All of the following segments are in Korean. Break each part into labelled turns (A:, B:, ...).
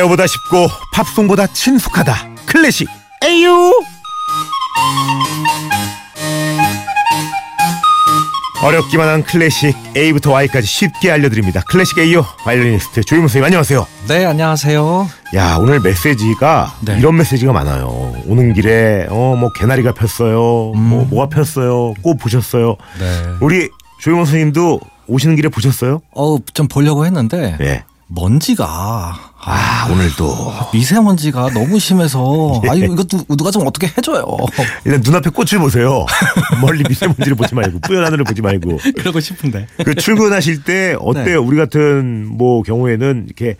A: 노래보다 쉽고 팝송보다 친숙하다 클래식 에유 어렵기만 한 클래식 A부터 Y까지 쉽게 알려드립니다 클래식 A요 바이올리니스트 조윤무 선생님 안녕하세요
B: 네, 안녕하세요.
A: 야 오늘 메시지가
B: 네.
A: 이런 메시지가 많아요 오는 길에 어 뭐 개나리가 폈어요 뭐 뭐가 폈어요 꽃 보셨어요
B: 음. 네.
A: 우리 조윤무 선생님도 오시는 길에 보셨어요?
B: 어, 좀 보려고 했는데
A: 예.
B: 먼지가 아,
A: 아 오늘도
B: 미세먼지가 너무 심해서
A: 예.
B: 아 이것도 누가 좀 어떻게 해줘요.
A: 일단 눈앞에 꽃을 보세요. 멀리 미세먼지를 보지 말고 뿌연 하늘을 보지 말고.
B: 그러고 싶은데.
A: 그 출근하실 때 어때요?
B: 네.
A: 우리 같은 뭐 경우에는 이렇게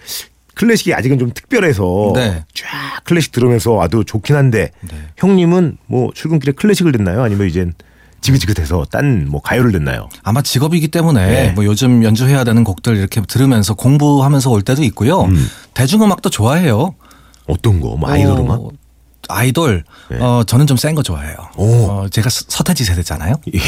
A: 클래식이 아직은 좀 특별해서
B: 네.
A: 쫙 클래식 들으면서 아도 좋긴 한데 형님은 뭐 출근길에 클래식을 듣나요? 아니면 이젠 지긋지긋해서 딴 뭐 가요를 듣나요?
B: 아마 직업이기 때문에
A: 네.
B: 뭐 요즘 연주해야 되는 곡들 이렇게 들으면서 공부하면서 올 때도 있고요. 대중음악도 좋아해요.
A: 어떤 거? 뭐 음. 아이돌 음악? 예.
B: 어, 아이돌. 어, 저는 좀 센 거 좋아해요.
A: 오.
B: 어, 제가 서- 서태지 세대잖아요.
A: 예.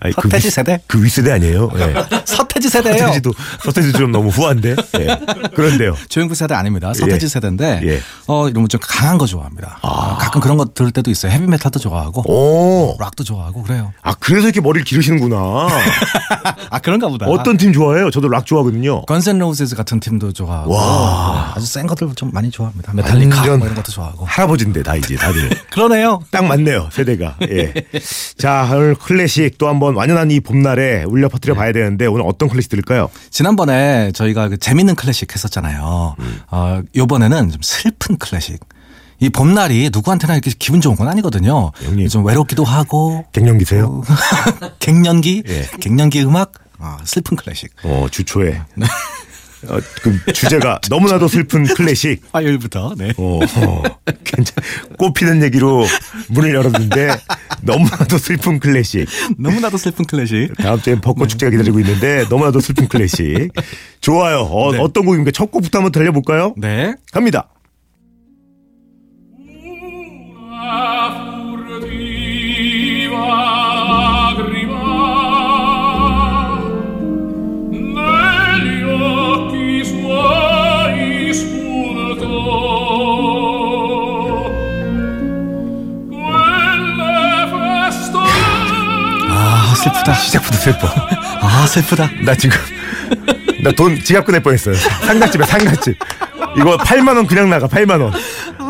A: 아니, 그
B: 서태지 네.
A: 윗-
B: 세대?
A: 그 윗세대 아니에요? 예.
B: 서태지 세대예요.
A: 서태지도 서태지도 좀 너무 후한데. 예. 그런데요.
B: 조영구 세대 아닙니다. 서태지
A: 예.
B: 세대인데
A: 예.
B: 어 이런 좀 강한 거 좋아합니다. 어, 가끔 그런 거 들을 때도 있어요. 헤비메탈도 좋아하고
A: 오.
B: 락도 좋아하고 그래요.
A: 아 그래서 이렇게 머리를 기르시는구나.
B: 아 그런가 보다.
A: 어떤 팀 좋아해요? 저도 락 좋아하거든요.
B: 건센 로우즈에스 같은 팀도 좋아하고
A: 와.
B: 네, 아주 센 것들 좀 많이 좋아합니다. 메탈리카
A: 완전
B: 뭐 이런 것도 좋아하고.
A: 할아버지인데 다 이제 다들
B: 그러네요.
A: 딱 맞네요 세대가. 예. 자 오늘 클래식 또 한번 완연한 이 봄날에 울려 퍼뜨려
B: 네.
A: 봐야 되는데 오늘 어떤 클래식 들을까요?
B: 지난번에 저희가 그 재밌는 클래식 했었잖아요.
A: 음.
B: 어 이번에는 좀 슬픈 클래식. 이 봄날이 누구한테나 이렇게 기분 좋은 건 아니거든요.
A: 형님.
B: 좀 외롭기도 하고
A: 갱년기세요?
B: 갱년기,
A: 예.
B: 갱년기 음악, 아, 슬픈 클래식.
A: 어 주초에
B: 네.
A: 어, 그 주제가 너무나도 슬픈 클래식.
B: 화요일부터 네.
A: 어, 어, 괜찮. 꽃피는 얘기로 문을 열었는데 너무나도 슬픈 클래식.
B: 너무나도 슬픈 클래식.
A: 다음 주엔 벚꽃 축제가 기다리고 있는데 너무나도 슬픈 클래식. 좋아요. 어,
B: 네.
A: 어떤 곡입니까? 첫 곡부터 한번 달려볼까요?
B: 네.
A: 갑니다.
C: Una furtiva lagrima negli occhi suoi spuntò. Quelle festone
B: 아 슬프다.
A: 시작부터 슬퍼.
B: 아 슬프다.
A: 나 지금 나 돈 지갑 꺼낼 뻔했어요. 상가집에 상가집. 이거 8만 원 그냥 나가 8만 원.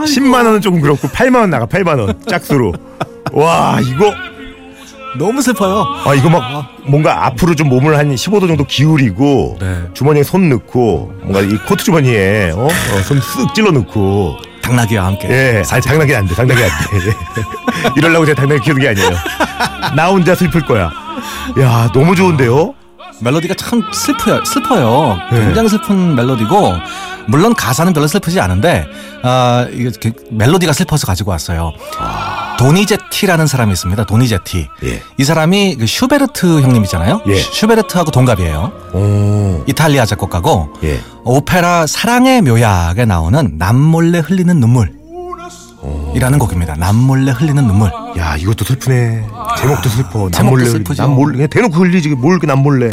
A: 10만 원은 조금 그렇고 8만 원 나가 8만 원 짝수로. 와 이거
B: 너무 슬퍼요.
A: 아 이거 막 뭔가 앞으로 좀 몸을 한 15도 정도 기울이고
B: 네.
A: 주머니에 손 넣고 뭔가 이 코트 주머니에 어? 어, 손쓱 찔러 넣고
B: 당나귀와 함께.
A: 예, 아니 당나귀 안 돼, 당나귀 안 돼. 예. 이러려고 제가 당나귀 키우는 게 아니에요. 나 혼자 슬플 거야. 야 너무 좋은데요?
B: 멜로디가 참 슬퍼요. 슬퍼요.
A: 예.
B: 굉장히 슬픈 멜로디고 물론 가사는 별로 슬프지 않은데 아 이게 이렇게 멜로디가 슬퍼서 가지고 왔어요. 도니제티라는 사람이 있습니다. 도니제티.
A: 아. 예.
B: 이 사람이 그 슈베르트 형님이잖아요.
A: 예.
B: 슈- 슈베르트하고 동갑이에요.
A: 오,
B: 이탈리아 작곡가고
A: 어. 예.
B: 오페라 사랑의 묘약에 나오는 남몰래 흘리는 눈물. 이라는 곡입니다. 남몰래 흘리는 눈물.
A: 야 이것도 슬프네. 제목도 슬퍼. 남
B: 제목도
A: 몰래.
B: 슬프죠.
A: 남 몰래. 그냥 대놓고 흘리지 뭘그남 몰래.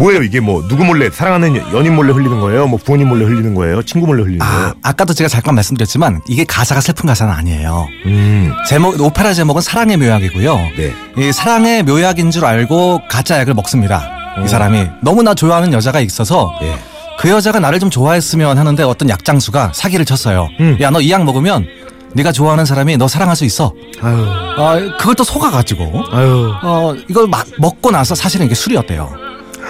A: 뭐예요 이게 뭐 누구 몰래 사랑하는 여- 연인 몰래 흘리는 거예요? 뭐 부모님 몰래 흘리는 거예요? 친구 몰래 흘리는 거예요?
B: 아, 아까도 제가 잠깐 말씀드렸지만 이게 가사가 슬픈 가사는 아니에요.
A: 음,
B: 제목 오페라 제목은 사랑의 묘약이고요.
A: 네.
B: 이 사랑의 묘약인 줄 알고 가짜 약을 먹습니다. 이 사람이 너무나 좋아하는 여자가 있어서
A: 예.
B: 그 여자가 나를 좀 좋아했으면 하는데 어떤 약장수가 사기를 쳤어요. 야 너 이 약 먹으면 네가 좋아하는 사람이 너 사랑할 수 있어.
A: 아유,
B: 아, 그걸 또 속아가지고
A: 아유.
B: 어 이걸 막 먹고 나서 사실은 이게 술이었대요.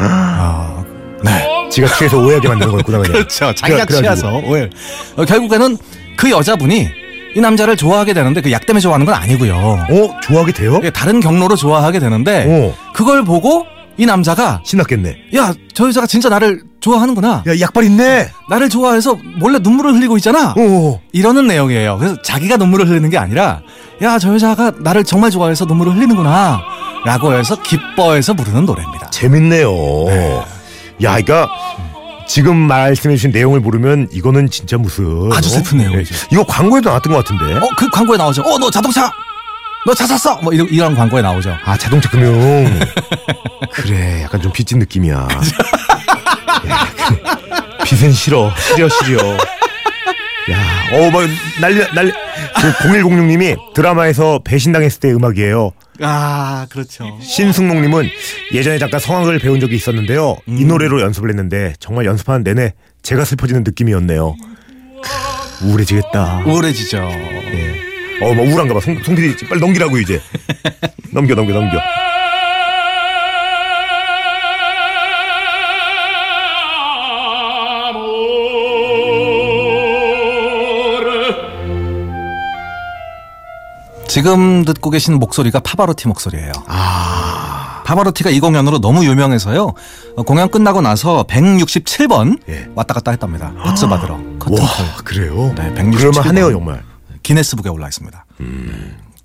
B: 어, 네.
A: 지가 취해서 오해하게 만드는 거였구나 그냥.
B: 그렇죠. 자기가
A: 그래- 그래가지고.
B: 취해서 오해. 어, 결국에는 그 여자분이 이 남자를 좋아하게 되는데 그 약 때문에 좋아하는 건 아니고요.
A: 어 좋아하게 돼요?
B: 예, 다른 경로로 좋아하게 되는데
A: 어
B: 그걸 보고 이 남자가
A: 신났겠네.
B: 야 저 여자가 진짜 나를 좋아하는구나.
A: 야 약발 있네.
B: 나를 좋아해서 몰래 눈물을 흘리고 있잖아.
A: 오.
B: 이러는 내용이에요. 그래서 자기가 눈물을 흘리는 게 아니라 야 저 여자가 나를 정말 좋아해서 눈물을 흘리는구나. 라고 해서 기뻐해서 부르는 노래입니다.
A: 재밌네요. 야, 그러니까 지금 말씀해주신 내용을 모르면 이거는 진짜 무슨
B: 아주 슬픈 내용이죠.
A: 네. 이거 광고에도 나왔던 것 같은데.
B: 어 그 광고에 나오죠. 어 너 자동차 너 차 샀어. 뭐 이런, 이런 광고에 나오죠.
A: 아 자동차 금융. 예, 그래, 약간 좀 빚진 느낌이야. 야, 빚은 싫어 시려 시려 야어막 난리 난리 그 0106님이 드라마에서 배신당했을 때 음악이에요
B: 아 그렇죠.
A: 신승목님은 예전에 잠깐 성악을 배운 적이 있었는데요 이
B: 음.
A: 노래로 연습을 했는데 정말 연습하는 내내 제가 슬퍼지는 느낌이었네요 크, 우울해지겠다
B: 우울해지죠.
A: 어뭐 우울한가 봐송 PD 빨리 넘기라고 이제 넘겨 넘겨 넘겨
C: Amore
B: 지금 듣고 계신 목소리가 파바로티 목소리예요. 아. 파바로티가 이 공연으로 너무 유명해서요. 어, 공연 끝나고 나서 167번
A: 예.
B: 왔다 갔다 했답니다. 박수 받으러 커튼콜
A: 와 그래요
B: 네, 167
A: 그럴만 하네요
B: 번.
A: 정말
B: 기네스북에 올라 있습니다.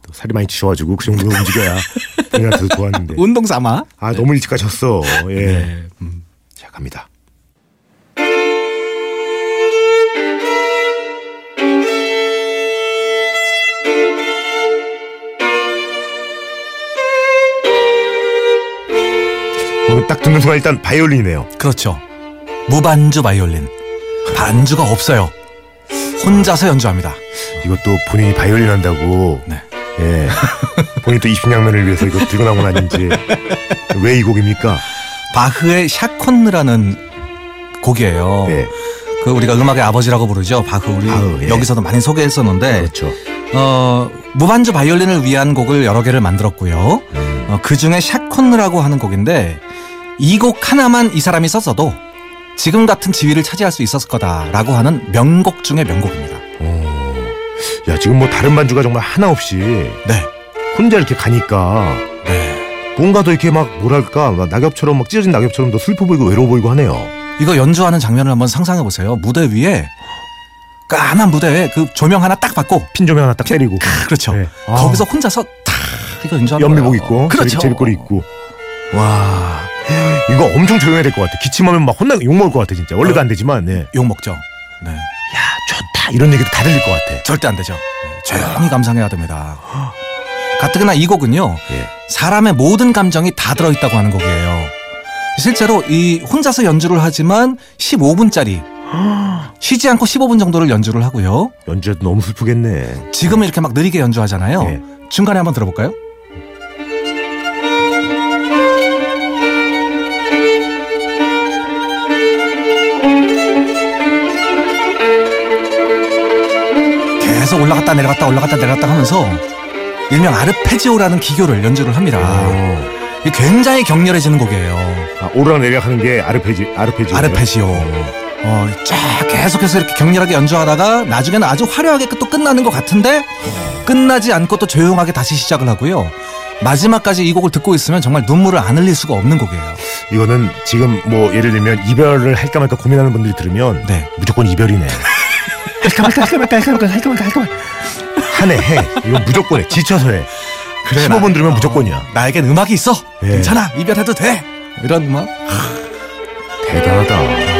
A: 또 살이 많이 찌셔가지고 그 정도 움직여야 본인한테도 좋았는데
B: 운동 삼아.
A: 아 너무 일찍 가셨어 예. 자 갑니다 어, 딱 듣는 순간 일단 바이올린이네요
B: 그렇죠. 무반주 바이올린. 반주가 없어요. 혼자서 연주합니다.
A: 이것도 본인이 바이올린 한다고
B: 네.
A: 예. 본인 또 입신양면을 위해서 이거 들고 나온 건 아닌지 왜 이 곡입니까?
B: 바흐의 샤콘느라는 곡이에요.
A: 예.
B: 그 우리가 음악의 아버지라고 부르죠. 바흐 우리
A: 바흐, 예.
B: 여기서도 많이 소개했었는데
A: 그렇죠.
B: 어, 무반주 바이올린을 위한 곡을 여러 개를 만들었고요. 어, 그 중에 샤콘느라고 하는 곡인데 이 곡 하나만 이 사람이 썼어도 지금 같은 지위를 차지할 수 있었을 거다라고 하는 명곡 중의 명곡입니다.
A: 어. 야 지금 뭐 다른 반주가 정말 하나 없이
B: 네.
A: 혼자 이렇게 가니까
B: 네.
A: 뭔가 더 이렇게 막 뭐랄까 막 낙엽처럼 막 찢어진 낙엽처럼 더 슬퍼 보이고 외로워 보이고 하네요.
B: 이거 연주하는 장면을 한번 상상해 보세요. 무대 위에 까만 무대에 그 조명 하나 딱 받고
A: 핀 조명 하나 딱 때리고
B: 캬, 그렇죠.
A: 네. 아. 어,
B: 거기서 혼자서 탁 이거 연주하는
A: 연미복
B: 거예요.
A: 있고
B: 그렇죠.
A: 제비, 꼬리 있고 와 이거 엄청 조용해야 될 것 같아. 기침하면 막 혼나 욕 먹을 것 같아 진짜. 원래도 안 되지만 예.
B: 욕 먹죠. 네.
A: 야 좋다 이런 얘기도 다 들릴 것 같아.
B: 절대 안 되죠. 네, 조용히 감상해야 됩니다. 가뜩이나 이 곡은요.
A: 예.
B: 사람의 모든 감정이 다 들어있다고 하는 곡이에요. 실제로 이 혼자서 연주를 하지만 15분짜리 쉬지 않고 15분 정도를 연주를 하고요.
A: 연주해도 너무 슬프겠네.
B: 지금 이렇게 막 느리게 연주하잖아요.
A: 네.
B: 중간에 한번 들어볼까요? 계속 올라갔다 내려갔다 올라갔다 내려갔다 하면서 일명 아르페지오라는 기교를 연주를 합니다.
A: 아,
B: 이게 굉장히 격렬해지는 곡이에요.
A: 오르락 내리락 하는 게 아르페지 아르페지오.
B: 아르페지오. 어, 쫙 계속해서 이렇게 격렬하게 연주하다가 나중에는 아주 화려하게 또 끝나는 것 같은데 끝나지 않고 또 조용하게 다시 시작을 하고요. 마지막까지 이 곡을 듣고 있으면 정말 눈물을 안 흘릴 수가 없는 곡이에요.
A: 이거는 지금 뭐 예를 들면 이별을 할까 말까 고민하는 분들이 들으면
B: 네.
A: 무조건 이별이네. 할까 말까 할까 말까 할까 말까 할까 말까 할까 말까 한해 해. 이거 무조건 해. 지쳐서 해. 15분 들으면 무조건이야.
B: 나에겐 음악이 있어.
A: 예.
B: 괜찮아. 이별해도 돼. 이런 음악.
A: 대단하다.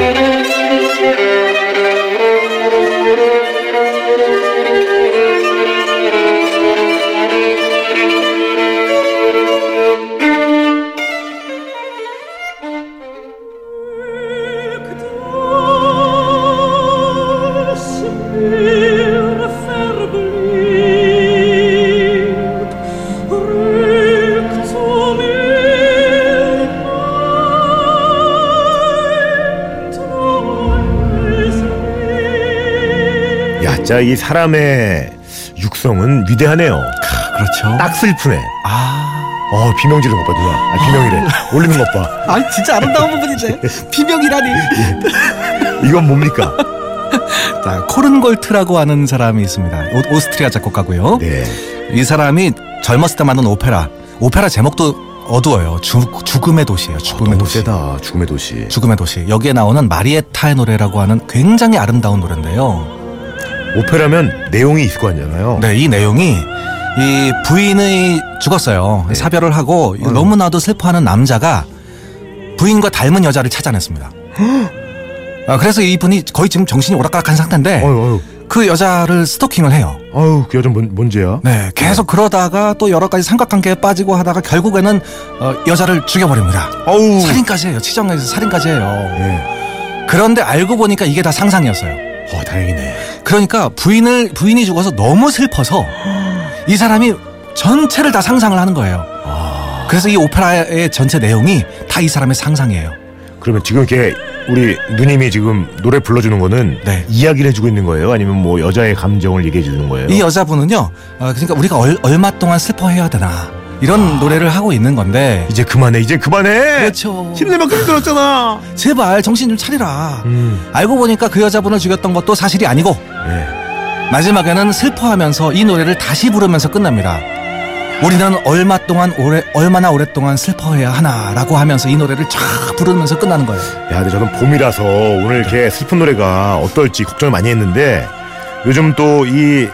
A: 야, 진짜 이 사람의 육성은 위대하네요. 아,
B: 그렇죠.
A: 딱 슬프네.
B: 아.
A: 어, 비명 지르는 것 봐, 누나. 아, 비명이래. 올리는 것 봐.
B: 아, 진짜 아름다운 부분인데. 비명이라니.
A: 예. 이건 뭡니까?
B: 자, 코른골트라고 하는 사람이 있습니다. 오, 스트리아 작곡가고요.
A: 네.
B: 이 사람이 젊었을 때 만든 오페라. 오페라 제목도 어두워요. 죽, 죽음의 도시예요. 죽음의
A: 어, 너무
B: 도시.
A: 세다. 죽음의 도시.
B: 죽음의 도시. 여기에 나오는 마리에타의 노래라고 하는 굉장히 아름다운 노래인데요.
A: 오페라면 내용이 있을 거 아니잖아요.
B: 네, 이 내용이 이 부인이 네. 죽었어요. 사별을 하고 이 너무나도 슬퍼하는 남자가 부인과 닮은 여자를 찾아냈습니다. 아, 그래서 이분이 거의 지금 정신이 오락가락한 상태인데
A: 어휴, 어휴.
B: 그 여자를 스토킹을 해요.
A: 어휴, 그 여자 뭔, 뭔지야?
B: 네, 계속 그러다가 또 여러 가지 삼각관계에 빠지고 하다가 결국에는 어, 여자를 죽여버립니다.
A: 어우.
B: 살인까지 해요. 치정에서 살인까지 해요.
A: 예.
B: 그런데 알고 보니까 이게 다 상상이었어요.
A: 어 다행이네.
B: 그러니까 부인을 부인이 죽어서 너무 슬퍼서 이 사람이 전체를 다 상상을 하는 거예요. 그래서 이 오페라의 전체 내용이 다 이 사람의 상상이에요.
A: 그러면 지금 이렇게 우리 누님이 지금 노래 불러주는 거는
B: 네.
A: 이야기를 해주고 있는 거예요? 아니면 뭐 여자의 감정을 얘기해 주는 거예요?
B: 이 여자분은요, 어, 그러니까 우리가 얼, 얼마 동안 슬퍼해야 되나 이런 노래를 하고 있는 건데
A: 이제 그만해, 이제 그만해.
B: 그렇죠.
A: 힘들 만큼 힘들었잖아.
B: 제발 정신 좀 차리라.
A: 음,
B: 알고 보니까 그 여자분을 죽였던 것도 사실이 아니고
A: 네.
B: 마지막에는 슬퍼하면서 이 노래를 다시 부르면서 끝납니다. 우리는 얼마 동안 오래 얼마나 오랫동안 슬퍼해야 하나라고 하면서 이 노래를 쫙 부르면서 끝나는 거예요.
A: 야, 근데 저는 봄이라서 오늘 이렇게 슬픈 노래가 어떨지 걱정을 많이 했는데 요즘 또 이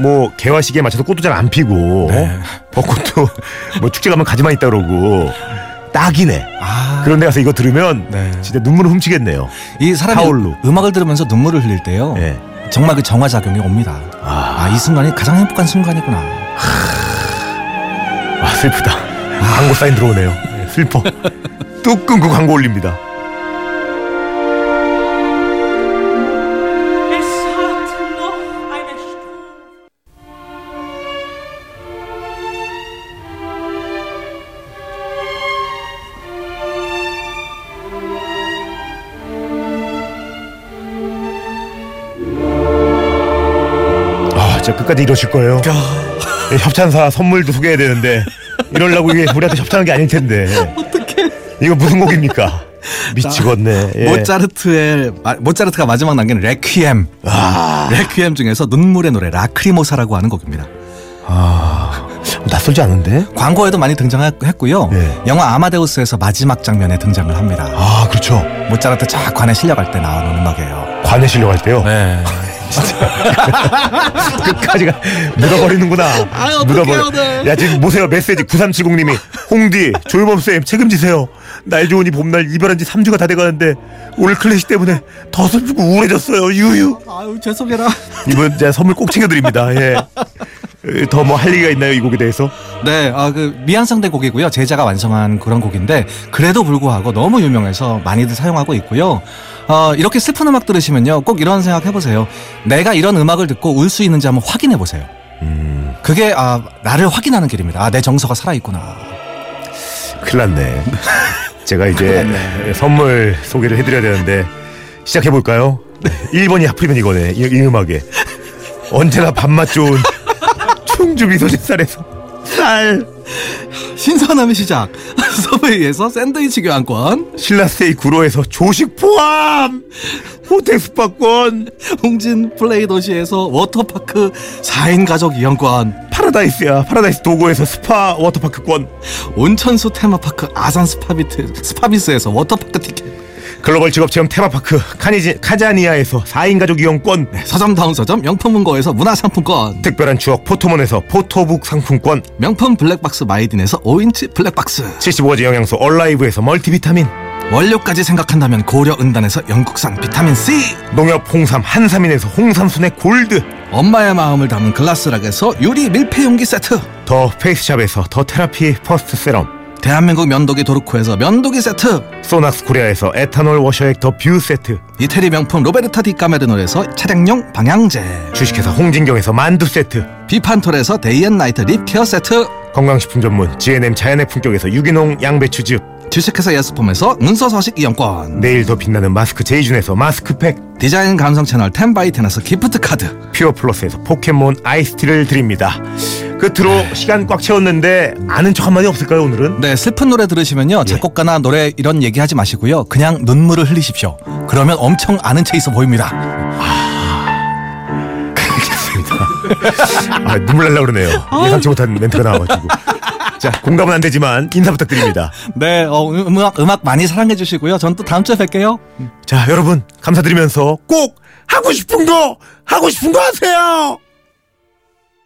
A: 뭐 개화 시기에 맞춰서 꽃도 잘 안 피고
B: 네.
A: 벚꽃도 뭐 축제 가면 가지만 있다 그러고 딱이네.
B: 아,
A: 그런 데 가서 이거 들으면
B: 네.
A: 진짜 눈물을 훔치겠네요.
B: 이 사람이
A: 타올로.
B: 음악을 들으면서 눈물을 흘릴 때요.
A: 예.
B: 정말 그 정화 작용이 옵니다. 아, 이 순간이 가장 행복한 순간이구나.
A: 아 슬프다. 광고 사인 들어오네요. 네, 슬퍼. 뚝 끊고 광고 올립니다.
D: Es hat noch eine Stufe.
A: 아, 진짜 끝까지 이러실 거예요. 예, 협찬사 선물도 소개해야 되는데 이러려고 이게 우리한테 협찬한 게 아닐 텐데. 어떡해. 이거 무슨 곡입니까? 미치겠네. 예.
B: 모차르트의 마- 모차르트가 마지막 남긴 레퀴엠.
A: 아,
B: 레퀴엠 중에서 눈물의 노래 라크리모사라고 하는 곡입니다.
A: 낯설지 않은데?
B: 광고에도 많이 등장했고요.
A: 예.
B: 영화 아마데우스에서 마지막 장면에 등장을 합니다.
A: 아, 그렇죠.
B: 모차르트 쫙 관에 실려갈 때 나오는 음악이에요.
A: 관에 실려갈 때요.
B: 네.
A: 끝까지가 묻어버리는구나. 묻어버려. 야 지금 보세요 메시지 9370님이 홍디 조유범 쌤 책임지세요. 날 좋으니 봄날 이별한 지 3주가 다 돼가는데 오늘 클래식 때문에 더 슬프고 우울해졌어요. 유유.
B: 아유 죄송해라.
A: 이번 제가 선물 꼭 챙겨드립니다. 예. 더 뭐 할 얘기가 있나요 이 곡에 대해서?
B: 네, 아, 그 미안성대 곡이고요. 제자가 완성한 그런 곡인데 그래도 불구하고 너무 유명해서 많이들 사용하고 있고요. 어, 이렇게 슬픈 음악 들으시면요, 꼭 이런 생각 해보세요. 내가 이런 음악을 듣고 울 수 있는지 한번 확인해 보세요. 그게 아, 나를 확인하는 길입니다. 아, 내 정서가 살아 있구나.
A: 큰일 났네. 제가 이제 선물 소개를 해드려야 되는데 시작해볼까요? 1번이 하필이면 이거네. 이, 이 음악에. 언제나 밥맛 좋은 충주 미소집살에서 쌀
B: 신선함의 시작. 서브웨이에서 샌드위치 교환권,
A: 신라스테이 구로에서 조식 포함 호텔 스파권
B: 홍진 플레이 도시에서 워터파크 4인 가족 이용권.
A: 파라다이스야 파라다이스 도고에서 스파 워터파크권
B: 온천수 테마파크 아산 스파비트, 스파비스에서 워터파크 티켓
A: 글로벌 직업체험 테마파크 카니지, 카자니아에서 4인 가족 이용권
B: 서점 다운 서점 명품문고에서 문화상품권
A: 특별한 추억 포토몬에서 포토북 상품권
B: 명품 블랙박스 마이딘에서 5인치 블랙박스
A: 75가지 영양소 얼라이브에서 멀티비타민
B: 원료까지 생각한다면 고려은단에서 영국산 비타민C
A: 농협 홍삼 한삼인에서 홍삼순의 골드
B: 엄마의 마음을 담은 글라스락에서 유리 밀폐용기 세트
A: 더 페이스샵에서 더 테라피 퍼스트 세럼
B: 대한민국 면도기 도르코에서 면도기 세트
A: 소낙스 코리아에서 에탄올 워셔액 더 뷰 세트
B: 이태리 명품 로베르타 디 까메르노에서 차량용 방향제
A: 주식회사 홍진경에서 만두 세트
B: 비판톨에서 데이앤나이트 립케어 세트
A: 건강식품 전문 GNM 자연의 품격에서 유기농 양배추즙
B: 주식회사 예스폼에서 눈서서식 이용권
A: 내일 더 빛나는 마스크 제이준에서 마스크팩
B: 디자인 감성 채널 텐바이텐에서 기프트 카드
A: 퓨어 플러스에서 포켓몬 아이스티를 드립니다 끝으로 시간 꽉 채웠는데 아는 척 한마디 없을까요 오늘은?
B: 네 슬픈 노래 들으시면요 작곡가나 노래 이런 얘기 하지 마시고요 그냥 눈물을 흘리십시오 그러면 엄청 아는 체 있어 보입니다
A: 아, 눈물 날라 그러네요 예상치 못한 멘트가 나와가지고 자 공감은 안 되지만 인사 부탁드립니다
B: 네 어, 음- 음악, 음악 많이 사랑해 주시고요 전 또 다음 주에 뵐게요
A: 자 여러분 감사드리면서 꼭 하고 싶은 거 하고 싶은 거 하세요